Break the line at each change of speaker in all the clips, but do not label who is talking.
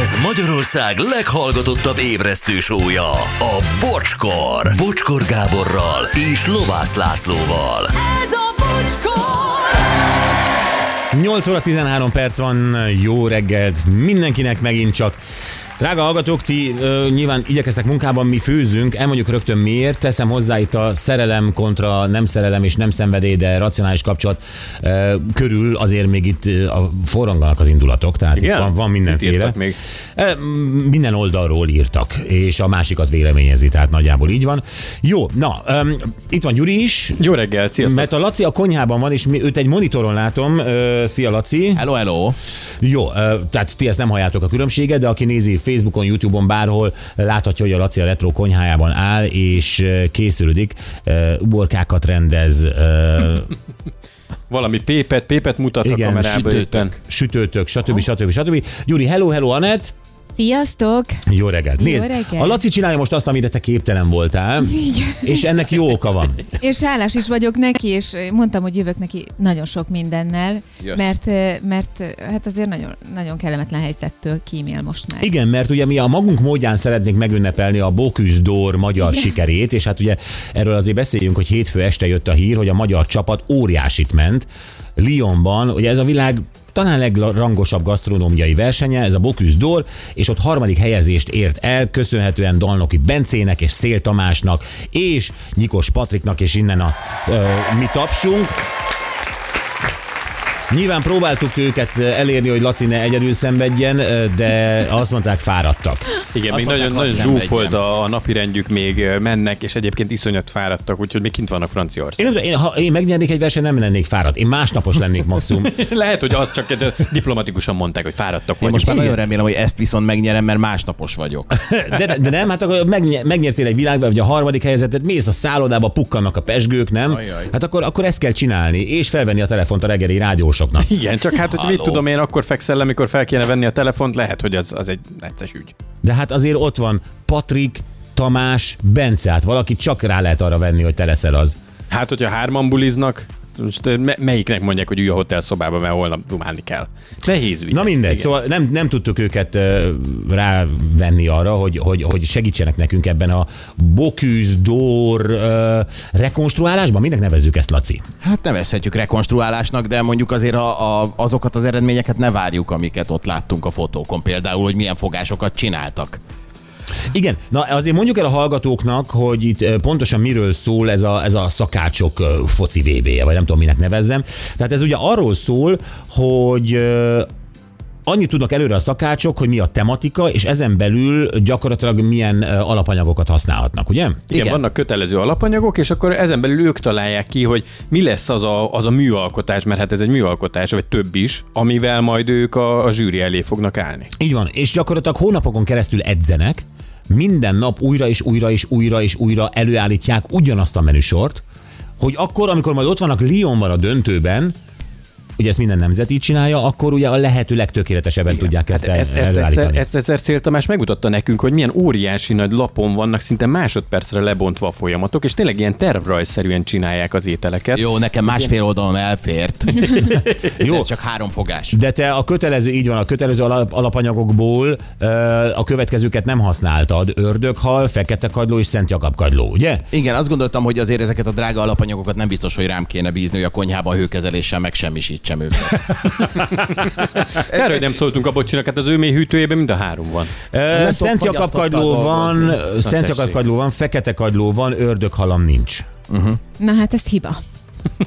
Ez Magyarország leghallgatottabb ébresztő sója, a Bocskor. Bocskor Gáborral és Lovász Lászlóval.
Ez a bocskor!
8 óra 13 perc van, jó reggelt mindenkinek megint csak. Drága hallgatók, ti ö, nyilván igyekeztek munkában, mi főzünk, elmondjuk rögtön miért, teszem hozzá itt a szerelem kontra nem szerelem és nem szenvedély, de racionális kapcsolat ö, körül azért még itt ö, a, forranganak az indulatok, tehát
Igen?
itt van, van
Mit
mindenféle.
írtak még?
Ö, m- Minden oldalról írtak, és a másikat véleményezi, tehát nagyjából így van. Jó, na, ö, itt van Gyuri is,
Jó reggel, sziasztok!
mert a Laci a konyhában van, és mi, őt egy monitoron látom. Ö, Szia, Laci!
Hello, hello!
Jó, ö, tehát ti ezt nem halljátok a különbséget, de aki nézi Facebookon, Youtube-on, bárhol, láthatja, hogy a Laci a retro konyhájában áll, és ö, készülődik, ö, uborkákat rendez, ö,
Valami pépet, pépet mutat
Igen,
a kamerába
sütőtök.
éppen.
sütőtök, stb. stb. stb. Gyuri, hello, hello, Anett!
Sziasztok!
Jó reggelt!
Jó
Nézd,
reggelt.
a Laci csinálja most azt, amire te képtelen voltál,
Igen.
és ennek jó oka van.
És hálás is vagyok neki, és mondtam, hogy jövök neki nagyon sok mindennel,
Yes.
mert, mert hát azért nagyon, nagyon kellemetlen helyzettől kímél most már.
Igen, mert ugye mi a magunk módján szeretnénk megünnepelni a Bocuse d'Or magyar sikerét, és hát ugye erről azért beszéljünk, hogy hétfő este jött a hír, hogy a magyar csapat óriásit ment. Lyonban, ugye ez a világ talán legrangosabb gasztronómiai versenye, ez a Bocuse d'Or, és ott harmadik helyezést ért el, köszönhetően Dalnoki Bencének és Szél Tamásnak, és Nyikos Patriknak, és innen a ö, mi tapsunk. Nyilván próbáltuk őket elérni, hogy Laci ne egyedül szenvedjen, de azt mondták, fáradtak.
Igen, még
Azt
nagyon,
mondták,
nagyon
Laci, nem
zsúfolt
vegyem.
a, a napi rendjük, még ö, mennek, és egyébként iszonyat fáradtak, úgyhogy még kint vannak Franciaország.
Én, nem tudom, én, ha én megnyernék egy versenyt, nem lennék fáradt. Én másnapos lennék maximum.
Lehet, hogy azt csak egy- diplomatikusan mondták, hogy fáradtak
Én
vagyunk.
most már nagyon remélem, hogy ezt viszont megnyerem, mert másnapos vagyok.
De, de nem, hát akkor megnyer, megnyertél egy világban, vagy a harmadik helyzetet, mész a szállodába, pukkannak a pesgők, nem?
Ajaj.
Hát akkor, akkor ezt kell csinálni, és felvenni a telefont a reggeli rádiósoknak.
Igen, csak hát, hogy mit
Halló.
tudom én, akkor fekszel le, mikor fel kéne venni a telefont, lehet, hogy az, az egy necces ügy.
De hát azért ott van Patrik, Tamás, Bence, hát valaki csak rá lehet arra venni, hogy te leszel az.
Hát, hogyha hárman buliznak, most ö, me- melyiknek mondják, hogy ülj a hotel szobába, mert holnap dumálni kell. Nehéz ügy.
Na
ez,
mindegy,
igen.
szóval nem, nem tudtuk őket ö, rávenni arra, hogy, hogy, hogy segítsenek nekünk ebben a bokűzdór ö, rekonstruálásban. Minek nevezzük ezt, Laci?
Hát nevezhetjük rekonstruálásnak, de mondjuk azért a, a, azokat az eredményeket ne várjuk, amiket ott láttunk a fotókon. Például, hogy milyen fogásokat csináltak.
Igen, na azért mondjuk el a hallgatóknak, hogy itt ö, pontosan miről szól ez a, ez a szakácsok ö, foci vb -je, vagy nem tudom, minek nevezzem. Tehát ez ugye arról szól, hogy ö, annyit tudnak előre a szakácsok, hogy mi a tematika, és ezen belül gyakorlatilag milyen ö, alapanyagokat használhatnak, ugye?
Igen,
Igen.
vannak kötelező alapanyagok, és akkor ezen belül ők találják ki, hogy mi lesz az a, az a műalkotás, mert hát ez egy műalkotás, vagy több is, amivel majd ők a, a zsűri elé fognak állni.
Így van, és gyakorlatilag hónapokon keresztül edzenek, minden nap újra és újra és újra és újra előállítják ugyanazt a menüsort, hogy akkor, amikor majd ott vannak Lyonban a döntőben, ugye ezt minden nemzet így csinálja, akkor ugye a lehető legtökéletesebben Igen. tudják ezt, hát
Ezt, ezt, egyszer,
előállítani.
ezt egyszer Szél Tamás megmutatta nekünk, hogy milyen óriási nagy lapon vannak, szinte másodpercre lebontva a folyamatok, és tényleg ilyen tervrajzszerűen csinálják az ételeket.
Jó, nekem másfél oldalon elfért. Jó. Ez csak három fogás.
De te a kötelező, így van, a kötelező alap, alapanyagokból ö, a következőket nem használtad. Ördöghal, fekete kagyló és szent jakab kagyló, ugye?
Igen, azt gondoltam, hogy azért ezeket a drága alapanyagokat nem biztos, hogy rám kéne bízni, hogy a konyhában a hőkezeléssel megsemmisítsem őket.
Kár, hogy nem szóltunk a bocsinak, hát az ő mély hűtőjében mind a három van.
Ö,
tudok
Szent Jakab
fagyasztattal
kagyló van,
dolgozni.
ö, Szent Jakab
tessék.
kagyló van, fekete kagyló van, ördöghalam nincs.
Na hát ez hiba.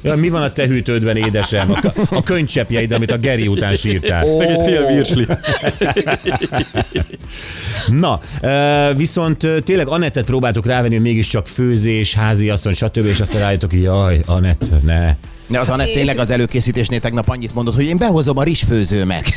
Ja, mi van a te hűtődben, édesem? A, a könycseppjeid, amit a Geri után sírtál.
Meg egy fél virsli.
Na, ö, viszont ö, tényleg Anettet próbáltuk rávenni, hogy mégiscsak főzés, házi asszony, stb. És aztán rájöttök, hogy jaj, Anett, ne.
De az Anett tényleg az előkészítésnél tegnap annyit mondott, hogy én behozom a rizsfőzőmet.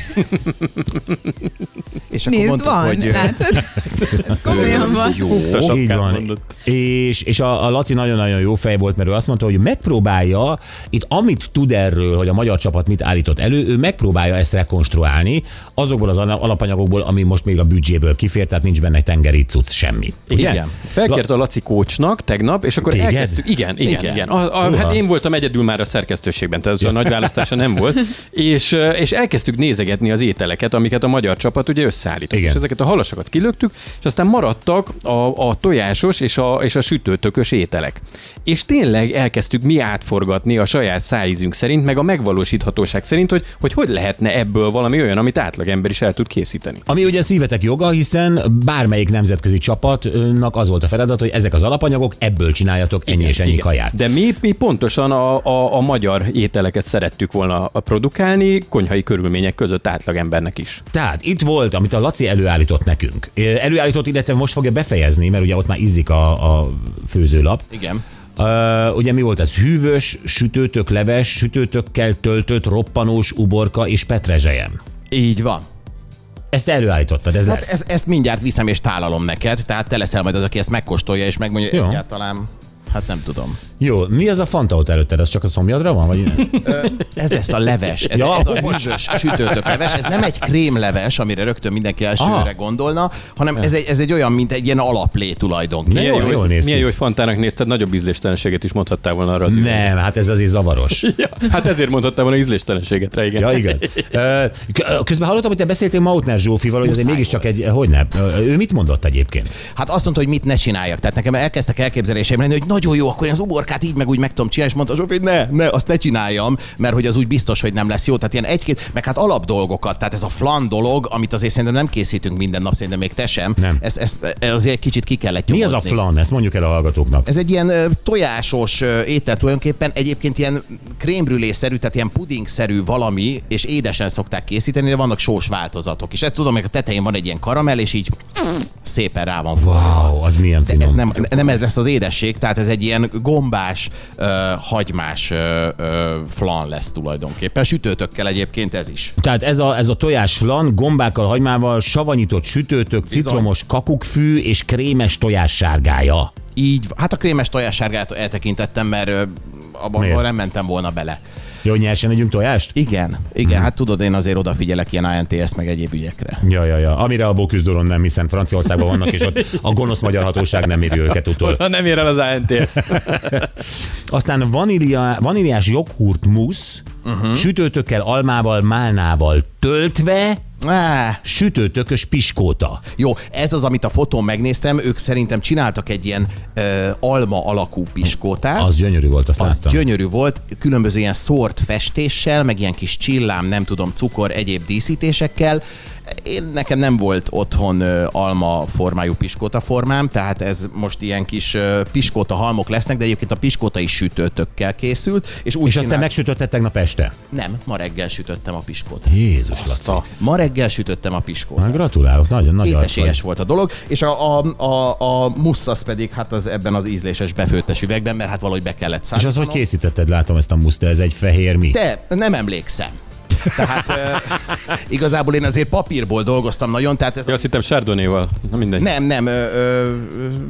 És akkor
Nézd,
mondtuk,
van.
hogy... ö,
látod? Ez komolyan van.
Jó.
A sapkát
Így van.
mondott.
És, és a, a Laci nagyon-nagyon jó fej volt, mert ő azt mondta, hogy megpróbálja, itt amit tud erről, hogy a magyar csapat mit állított elő, ő megpróbálja ezt rekonstruálni azokból az ala- alapanyagokból, ami most még a büdzséből kifér, tehát nincs benne tengeri cucc semmi. Ugye?
Igen.
Felkért a Laci kócsnak tegnap, és akkor
Téged?
elkezdtük. Igen, igen, igen.
Igen.
igen. A, a,
Uha.
hát én voltam egyedül már a szerkesztőségben, tehát ja. nagy választása nem volt. És, ö, és elkezdtük nézegetni az ételeket, amiket a magyar csapat ugye összeállított.
Igen.
És ezeket a halasakat kilöktük, és aztán maradtak a, a tojásos és a, és a sütőtökös ételek. És tényleg elkezdtük mi átforgatni a saját szájízünk szerint, meg a megvalósíthatóság szerint, hogy hogy, hogy lehetne ebből valami olyan, amit átlagember is el tud készíteni.
Ami ugye szívetek joga, hiszen bármelyik nemzetközi csapatnak az volt a feladat, hogy ezek az alapanyagok, ebből csináljatok ennyi és ennyi
Igen.
kaját.
De mi, mi pontosan a, a, a magyar ételeket szerettük volna produkálni, konyhai körülmények között átlagembernek is.
Tehát itt volt, amit a Laci előállított nekünk. Ö, Előállított, illetve most fogja befejezni, mert ugye ott már izzik a, a főzőlap.
Igen.
Uh, ugye mi volt ez? Hűvös, sütőtök leves, sütőtökkel töltött, roppanós, uborka és petrezselyem.
Így van.
Ezt előállítottad, ez hát
Hát
lesz.
ez, ezt mindjárt viszem és tálalom neked, tehát te leszel majd az, aki ezt megkóstolja és megmondja,
Jó.
Jó. egyáltalán, hát nem tudom.
Jó, mi az a fanta ott előtted? Az csak a szomjadra van? Vagy...
Ez lesz a leves, ez,
Ja,
ja, ez
ó,
a hűvös sütőtök leves, ez nem egy krémleves, amire rögtön mindenki elsőre
Aha.
gondolna, hanem ez egy, ez egy olyan, mint egy ilyen alaplé tulajdonképpen.
jól-
hogy-
jól néz ki.
milyen jó, hogy Fantának nézted, nagyobb ízléstelenséget is mondhattál volna arra. az üvegre.
Nem, hát ez azért zavaros.
Ja, hát ezért mondhattál volna ízléstelenségetre, igen.
Ja, igen. Ö, k- Közben hallottam, hogy te beszéltél Mautner Zsófival, hogy ez
Muszáj
mégiscsak egy... Hogy nem? Ö, Ő mit mondott egyébként?
Hát azt mondta, hogy mit ne csináljak. Tehát nekem elkezdtek elképzeléseim lenni, hogy nagyon jó, akkor én az uborkát így meg úgy meg tudom csinálni, és mondta, Zsófi, hogy ne, ne, azt ne csináljam, mert hogy az úgy biztos, hogy nem lesz jó. Tehát ilyen egy-két, meg hát alapdolgokat, tehát ez a flan dolog, amit azért szerintem nem készítünk minden nap, szerintem még te sem.
Nem.
Ez, ez, ez azért egy kicsit ki kellett
Mi az
nyomozni.
a flan? Ezt mondjuk el a hallgatóknak.
Ez egy ilyen ö, tojásos ö, étel tulajdonképpen, egyébként ilyen krémbrülészerű, tehát ilyen pudingszerű valami, és édesen szokták készíteni, de vannak sós változatok. És ezt tudom, hogy a tetején van egy ilyen karamell, és így szépen rá van wow.
Wow, az milyen
De
finom.
ez nem, nem ez lesz az édesség, tehát ez egy ilyen gombás, ö, hagymás ö, ö, flan lesz tulajdonképpen. Sütőtökkel egyébként ez is.
Tehát ez a, ez a tojás flan gombákkal, hagymával, savanyított sütőtök, citromos kakukkfű és krémes tojás sárgája.
Így, van. hát a krémes tojássárgát eltekintettem, mert ö, abban
Miért?
abban nem mentem volna bele.
Jó, hogy nyersen együnk tojást?
Igen,
Mhm.
igen, hát tudod, én azért odafigyelek ilyen INTS meg egyéb ügyekre.
Ja, ja, ja. Amire a Bóküzdoron nem, hiszen Franciaországban vannak, és ott a gonosz magyar hatóság nem éri őket utol.
Ha nem ér el az ANTS.
Aztán vanília, vaníliás joghurt musz, uh-huh. sütőtökkel, almával, málnával töltve,
Áh,
sütőtökös piskóta.
jó, ez az, amit a fotón megnéztem, ők szerintem csináltak egy ilyen ö, alma alakú piskótát.
Az gyönyörű volt, azt
az
láttam.
gyönyörű volt, különböző ilyen szórt festéssel, meg ilyen kis csillám, nem tudom, cukor, egyéb díszítésekkel. Én nekem nem volt otthon ö, alma formájú piskóta formám, tehát ez most ilyen kis ö, piskóta halmok lesznek, de egyébként a piskóta is sütőtökkel készült, és úgy
és aztán
csinál-
megsütötted tegnap este.
Nem, ma reggel sütöttem a piskótát.
Jézus, Laci.
Ma reggel sütöttem a piskótát.
Hát Gratulálok, nagyon nagy arc vagy.
Kéteséges volt a dolog, és a, a, a, a muszasz pedig hát az ebben az ízléses befőttes üvegben, mert hát valahogy be kellett
És
szállni.
az, hogy készítetted, látom ezt a muszt, de ez egy fehér mi?
Te, nem emlékszem. Tehát ö, igazából én azért papírból dolgoztam nagyon, tehát ez a
Ja, azt hittem Sárdonéval. Na mindegy.
nem, nem, ö, ö,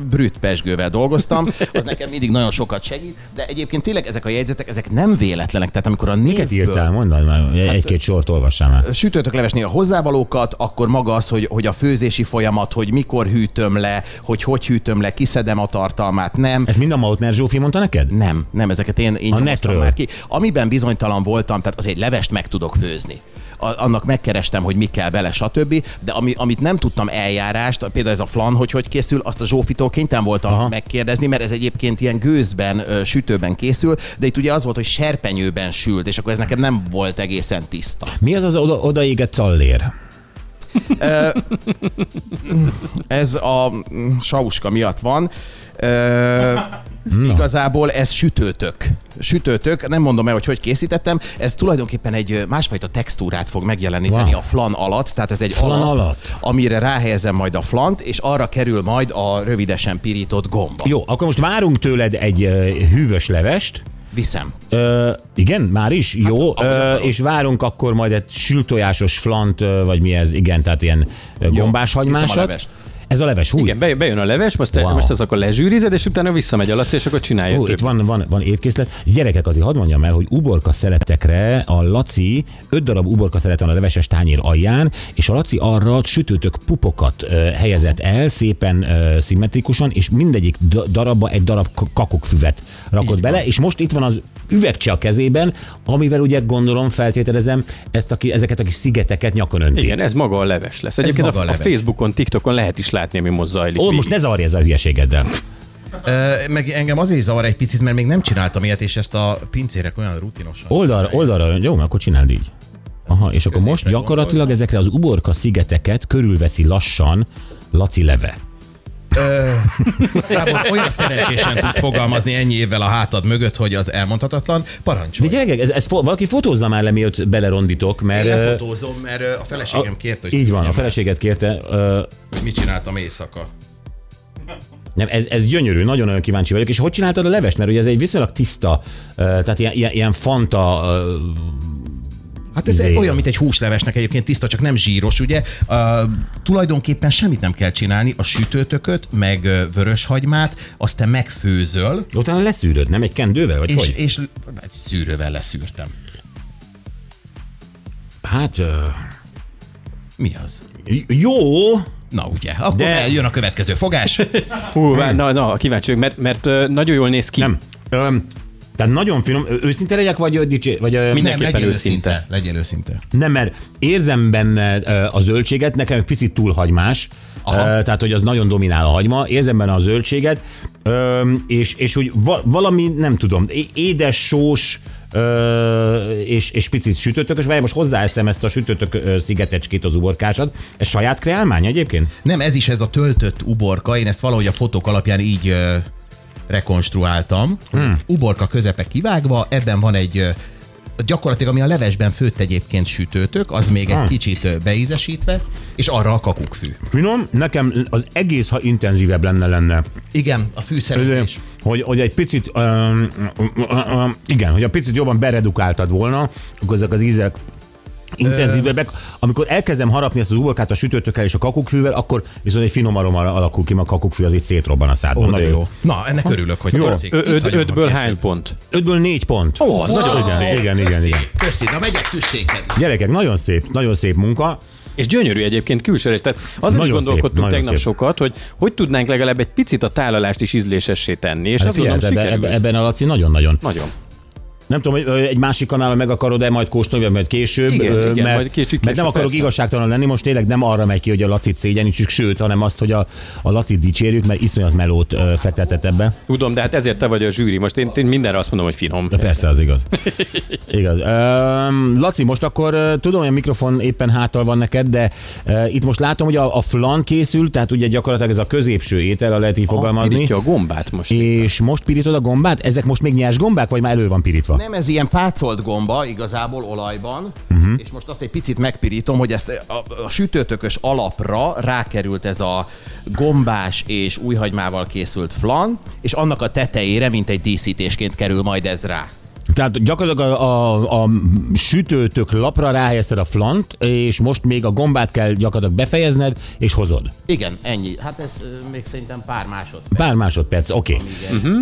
brüt pesgővel dolgoztam, az nekem mindig nagyon sokat segít, de egyébként tényleg ezek a jegyzetek, ezek nem véletlenek, tehát amikor a
Miket
névből
írtál? Mondd már,
Hát-
egy-két sort olvassál már.
sütőtök levesnél a hozzávalókat, akkor maga az, hogy, hogy a főzési folyamat, hogy mikor hűtöm le, hogy hogy hűtöm le, kiszedem a tartalmát, nem.
Ezt mind a Mautner Zsófi mondta neked?
Nem, nem, ezeket én, én
A
nyomoztam
netről.
már ki. Amiben bizonytalan voltam, tehát azért levest meg tudok főzni. A, annak megkerestem, hogy mi kell vele, stb. De ami, amit nem tudtam eljárást, például ez a flan, hogy hogy készül, azt a Zsófitól kénytelen voltam
Aha.
Aha. megkérdezni, mert ez egyébként ilyen gőzben, ö, sütőben készül, de itt ugye az volt, hogy serpenyőben sült, és akkor ez nekem nem volt egészen tiszta.
Mi az az oda, odaégett tallér?
Ez a mm, sauska miatt van. Ö, igazából ez sütőtök. Sütőtök, nem mondom el, hogy hogy készítettem, ez tulajdonképpen egy ö, másfajta textúrát fog megjeleníteni
Wow.
wow. a flan alatt, tehát ez egy
Flan alatt.
amire ráhelyezem majd a flant, és arra kerül majd a rövidesen pirított gomba. Jó.
Jó, akkor most várunk tőled egy ö, hűvös levest.
Viszem.
Ö, igen, már is? Jó.
Hát, ahogy
ö,
akarod.
és várunk akkor majd egy sültojásos flant, ö, vagy mi ez? Igen, tehát ilyen ö, gombás
Hiszem a
hagymásat.
levest.
Ez a leves húj.
Igen, be- bejön a leves, most,
Wow.
wow. most ezt akkor lezsűrized, és utána visszamegy a Laci, és akkor csinálja.
Ó, itt van, van, van étkészlet. Gyerekek, azért hadd mondjam el, hogy uborka szeretekre a Laci 5 darab uborka szeret van a leveses tányér alján, és a Laci arra sütőtök pupokat ö, helyezett el szépen ö, szimmetrikusan, és mindegyik d- darabba egy darab k- kakukfüvet rakott bele, és most itt van az üvegcse a kezében, amivel ugye gondolom, feltételezem, ezt a, ki- ezeket a kis szigeteket nyakon önti.
Igen, ez maga a leves lesz. Egyébként
maga
a,
a
a,
leves.
Facebookon, TikTokon lehet is látni, ami most zajlik.
Ó, most ne zavarj ezzel a hülyeségeddel.
Ö, meg engem azért zavar egy picit, mert még nem csináltam ilyet, és ezt a pincérek olyan rutinosan...
Oldal, oldalra, jó, mert akkor csináld így. Aha, és akkor most
Középre
gyakorlatilag
gondoltam.
ezekre az uborka szigeteket körülveszi lassan Laci Leve.
Gábor, olyan szerencsésen tudsz fogalmazni ennyi évvel a hátad mögött, hogy az elmondhatatlan.
De
Parancsolj.
gyerekek, ez, ez fo- valaki fotózza már le, mielőtt belerondítok, mert...
Én
ö,
lefotózom, mert ö, a feleségem kért, hogy
Így van,
küldjem
a feleséget kérte. ö,
el. Mit csináltam éjszaka?
Nem, ez, ez gyönyörű, nagyon-nagyon kíváncsi vagyok. És hogy csináltad a levest? Mert ugye ez egy viszonylag tiszta, ö, tehát ilyen, ilyen, ilyen fanta... ö,
Hát ez
Izé.
egy, olyan, mint egy húslevesnek egyébként tiszta, csak nem zsíros, ugye? Uh, tulajdonképpen semmit nem kell csinálni, a sütőtököt, meg ö, vöröshagymát, azt te megfőzöl,
Utána leszűröd, nem? Egy kendővel? Vagy
és,
hogy?
és egy szűrővel leszűrtem.
Hát... ö,
Mi az?
j- Jó!
Na ugye, akkor
De-
De... eljön a következő fogás.
Hú, vár, na, na, kíváncsi vagyok, mert, mert ö, nagyon jól néz ki.
Nem. Ö, Tehát nagyon finom. Ö, Őszinte legyek, vagy ö, dicsé... Vagy, ö,
Mindenképpen
legyél
őszinte.
őszinte. Legyél őszinte.
Nem, mert érzem benne ö, a zöldséget, nekem egy picit túl hagymás, Aha. tehát hogy az nagyon dominál a hagyma, érzem benne a zöldséget, ö, és, és úgy va- valami, nem tudom, é- édes, sós, ö, és, és picit sütőtökös, vagy most hozzáeszem ezt a sütőtök ö, szigetecskét, az uborkásat. Ez saját kreálmány egyébként?
Nem, ez is ez a töltött uborka, én ezt valahogy a fotók alapján így ö, rekonstruáltam. Hmm. Uborka közepe kivágva, ebben van egy ö, gyakorlatilag, ami a levesben főtt egyébként sütőtök, az még egy kicsit ö, beízesítve, és arra a kakukkfű.
Finom, nekem az egész, ha intenzívebb lenne lenne.
Igen, a
Ö,
fűszerezés.
Hogy, hogy egy picit, öm, öm, igen, hogy a picit jobban beredukáltad volna, akkor ezek az ízek intenzívebbek. Amikor elkezdem harapni ezt az uborkát a sütőtökkel és a kakukkfűvel, akkor viszont egy finom aroma alakul ki, mert a kakukkfű az itt szétrobban a szádban.
Ó, de jó. Na, ennek örülök, hogy
Jó.
tetszik.
Ö,
Itt
öt,
hagyom,
ötből
ha
hány
később.
pont?
Ötből négy pont.
Ó, az nagyon
igen,
szép.
igen, igen, igen.
Köszi, na megyek tüsséket.
Gyerekek, nagyon szép, nagyon szép munka.
És gyönyörű egyébként külsőre is. Tehát azon is
Nagyon szép,
gondolkodtunk
nagyon
tegnap
szép.
sokat, hogy hogy tudnánk legalább egy picit a tálalást is ízlésessé tenni. És
Hát
azt
figyelj,
gondolom,
ebbe,
sikerült.
ebbe- ebben a Laci nagyon-nagyon.
Nagyon.
Nem tudom, hogy ö, egy másik kanálon meg akarod-e majd kóstolni, vagy majd később,
Igen,
ö,
igen,
mert,
majd kicsit
mert nem
később,
akarok
persze.
igazságtalan lenni, most tényleg nem arra megy ki, hogy a Lacit szégyenítsük, sőt, hanem azt, hogy a, a Lacit dicsérjük, mert iszonyat melót ö, fektetett ebbe.
Tudom, de hát ezért te vagy a zsűri. Most én, én mindenre azt mondom, hogy finom.
De persze, az igaz. igaz. Öm, Laci, most akkor ö, tudom, hogy a mikrofon éppen háttal van neked, de ö, itt most látom, hogy a, a flan készül, tehát ugye gyakorlatilag ez a középső étel, ha lehet így fogalmazni.
Pirítja a gombát most.
És most pirítod a gombát? Ezek most még nyers gombák, vagy már elő van pirítva?
Nem, ez ilyen pácolt gomba, igazából olajban, uh-huh. és most azt egy picit megpirítom, hogy ezt a, a sütőtökös alapra rákerült ez a gombás és újhagymával készült flan, és annak a tetejére, mint egy díszítésként kerül majd ez rá.
Tehát gyakorlatilag a, a, a sütőtök lapra ráhelyezted a flant, és most még a gombát kell gyakorlatilag befejezned, és hozod.
Igen, ennyi. Hát ez ö, még szerintem pár másodperc.
Pár másodperc, oké. Okay.
Mhm.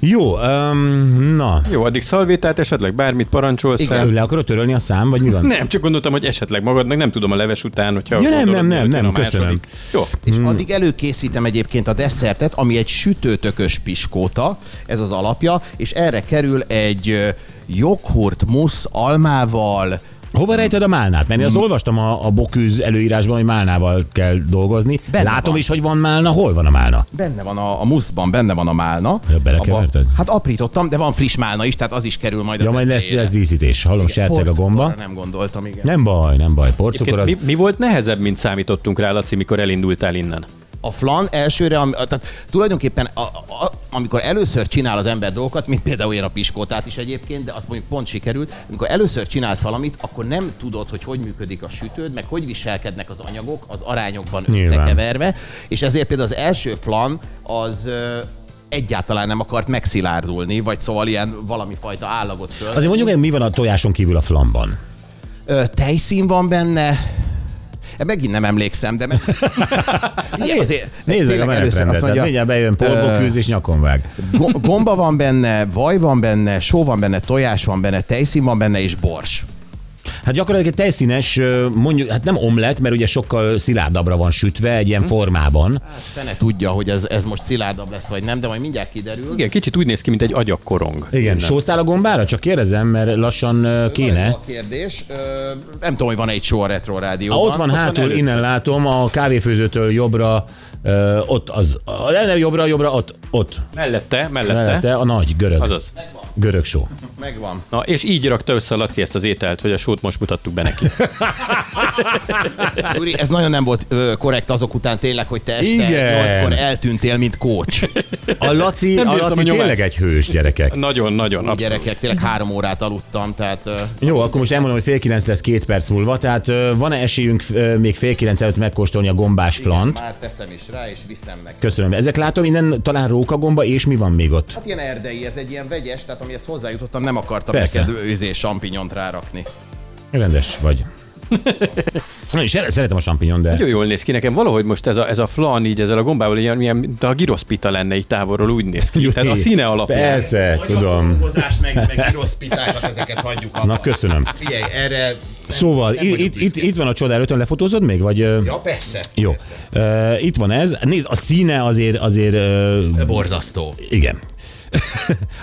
Jó, um, na.
Jó, addig szalvétát esetleg bármit parancsolsz.
Igen.
el.
Ő le akarod törölni a szám, vagy mi van?
Nem, csak gondoltam, hogy esetleg magadnak, nem tudom a leves után, hogyha...
Ja, nem,
gondolod,
nem, nem,
miután
nem,
a
köszönöm.
második. Jó,
És addig előkészítem egyébként a desszertet, ami egy sütőtökös piskóta, ez az alapja, és erre kerül egy ö, joghurt musz almával,
Hova rejted a málnát? Mert én azt olvastam a, a bokűz előírásban, hogy málnával kell dolgozni.
Benne
Látom
van.
is, hogy van málna. Hol van a málna?
Benne van a, a muszban, benne van a málna.
Ja, belekeverted?
Abba- Hát aprítottam, de van friss málna is, tehát az is kerül majd
Ja,
a
majd lesz,
tetejére.
lesz díszítés. Hallom, serceg a
Porcukorra
gomba.
Nem gondoltam, igen.
Nem baj, nem baj. Porcukor
Egyébként
az...
mi, mi volt nehezebb, mint számítottunk rá, Laci, mikor elindultál innen?
A flan elsőre, am, tehát tulajdonképpen a, a, a, amikor először csinál az ember dolgokat, mint például én a piskótát is egyébként, de azt mondjuk pont sikerült, amikor először csinálsz valamit, akkor nem tudod, hogy hogy működik a sütőd, meg hogy viselkednek az anyagok az arányokban
Nyilván.
összekeverve, és ezért például az első flan az ö, egyáltalán nem akart megszilárdulni, vagy szóval ilyen valami fajta állagot föl.
Azért mondjuk, hogy mi van a tojáson kívül a flamban.
Ö, tejszín van benne, E, Megint nem emlékszem, de meg... Figyelj, azért,
Hát Nézzük a
tényleg először azt
menetrendet. hát
mondja,
Mindjárt bejön polbokűz és nyakon vág.
go- gomba van benne, vaj van benne, só van benne, tojás van benne, tejszín van benne, és bors.
Hát gyakorlatilag egy tejszínes, ö, mondjuk, hát nem omlett, mert ugye sokkal szilárdabbra van sütve egy ilyen formában.
Hát Fene tudja, hogy ez, ez most szilárdabb lesz, vagy nem, de majd mindjárt kiderül.
Igen, kicsit úgy néz ki, mint egy agyakkorong.
Igen. Sóztál a gombára? Csak kérdezem, mert lassan ö, kéne.
A kérdés, ö, nem tudom, hogy van egy só a Retro
Ha
Rádióban.
ott van hátul,
előtt.
innen látom, a kávéfőzőtől jobbra, ö, ott az, a- nem jobbra, jobbra, ott, ott,
Mellette, mellette.
mellette a nagy görög,
Azaz.
görög só.
Megvan.
Na, és így rakta össze a Laci ezt az ételt, hogy a sót most mutattuk be neki.
Gyuri, ez nagyon nem volt ö, korrekt azok után tényleg, hogy te este
Igen.
nyolckor eltűntél, mint kócs.
A Laci,
Nem
a
bírtam
Laci
a nyomát.
tényleg egy hős gyerekek.
Nagyon, nagyon. abszolút.
Gyerekek, tényleg három órát aludtam, tehát ö,
Jó, akkor most elmondom, hogy fél kilenc lesz két perc múlva, tehát ö, van-e esélyünk ö, még fél kilenc előtt megkóstolni a gombás flant?
már teszem is rá, és viszem meg.
Köszönöm. Ezek látom, innen talán rókagomba, és mi van még ott?
Hát ilyen erdei, ez egy ilyen vegyes, tehát amihez hozzájutottam, nem akartam
Persze.
neked őzé sampinyont rárakni.
Rendes vagy. Na, és szere- szeretem a champignon, de...
Nagyon jól néz ki nekem. Valahogy most ez a, ez a flan így ezzel a gombával, ilyen, ilyen, mint a giroszpita lenne így távolról, úgy néz ki. Tehát a színe alapján.
Persze, tudom.
Hozást meg, meg rossz pitákat, ezeket hagyjuk abba.
Na, köszönöm.
Figyelj, erre...
Szóval, i- itt, itt, itt van a csodál ötön, lefotózod még, vagy... ö,
Ja, persze.
Jó. Uh, itt van ez. Nézd, a színe azért, azért uh,
Borzasztó.
igen.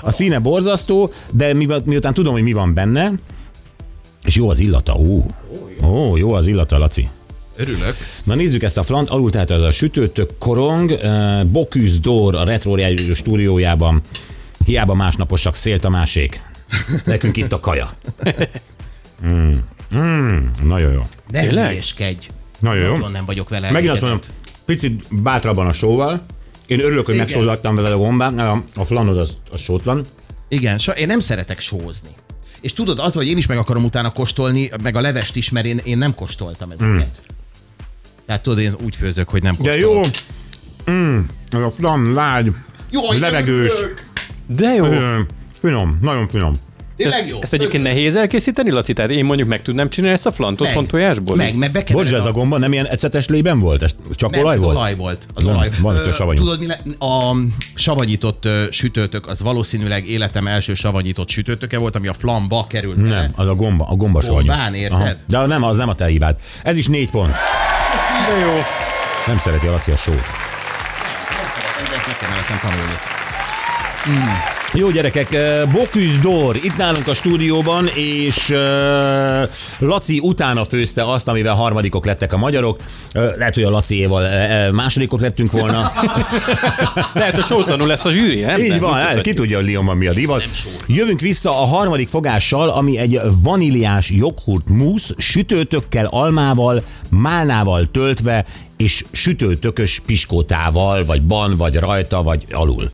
a színe borzasztó, de mi- miután tudom, hogy mi van benne, és jó az illata, ú. Ó, jó az illata, Laci.
Örülök.
Na nézzük ezt a flant, alul tehát az a sütőtök korong, uh, Boküz Dór a Retro Rádió stúdiójában. Hiába másnaposak, szélt a másék. Nekünk itt a kaja. Mm. Mm. Nagyon jó.
Ne hülyéskedj.
Nagyon jó.
Nagyon nem vagyok vele.
Megint
elégedett.
azt mondom, picit bátrabban a sóval. Én örülök, hogy
Igen.
megsózattam vele a gombát, mert a, a flanod az, az sótlan.
Igen, sa- én nem szeretek sózni. És tudod, az, hogy én is meg akarom utána kóstolni, meg a levest is, mert én, én nem kóstoltam ezeket. Mm. Tehát tudod, én úgy főzök, hogy nem
De
kóstolom.
jó! Mm, ez a flan lágy,
Jaj,
levegős.
örülök!
De jó.
ö, finom, nagyon finom.
Tényleg jó.
Ezt egyébként nehéz elkészíteni, Laci? Tehát én mondjuk meg tudnám csinálni ezt a flantot
Meg.
fontojásból?
Meg, mert bekevered
Bocs, de ez a gomba nem ilyen ecetes lében volt? Ez csak
nem,
olaj
ez
volt?
olaj volt. Az
Nem,
olaj.
van itt a
Ö,
savanyú.
Tudod, mi le... a savanyított ö, sütőtök, az valószínűleg életem első savanyított sütőtöke volt, ami a flamba került. bele.
Nem, az a gomba, a gomba savanyú.
Gombán, érzed?
Aha. De nem, az nem a te hibád. Ez is négy pont.
De jó.
Nem szereti a Laci a sót.
Ezzel Meg kell mellettem tanulni.
Jó gyerekek, eh, Boküz Dór itt nálunk a stúdióban, és eh, Laci utána főzte azt, amivel harmadikok lettek a magyarok. Eh, Lehet, hogy a Laciéval eh, eh, másodikok lettünk volna.
Lehet, hogy sótlanul lesz a zsűri, nem?
Így
Nem,
van,
nem
el, ki
tudhatjuk.
tudja, hogy Lionban mi a divat. Jövünk vissza a harmadik fogással, ami egy vaníliás joghurt mousse, sütőtökkel, almával, málnával töltve, és sütőtökös piskótával, vagy ban, vagy rajta, vagy alul.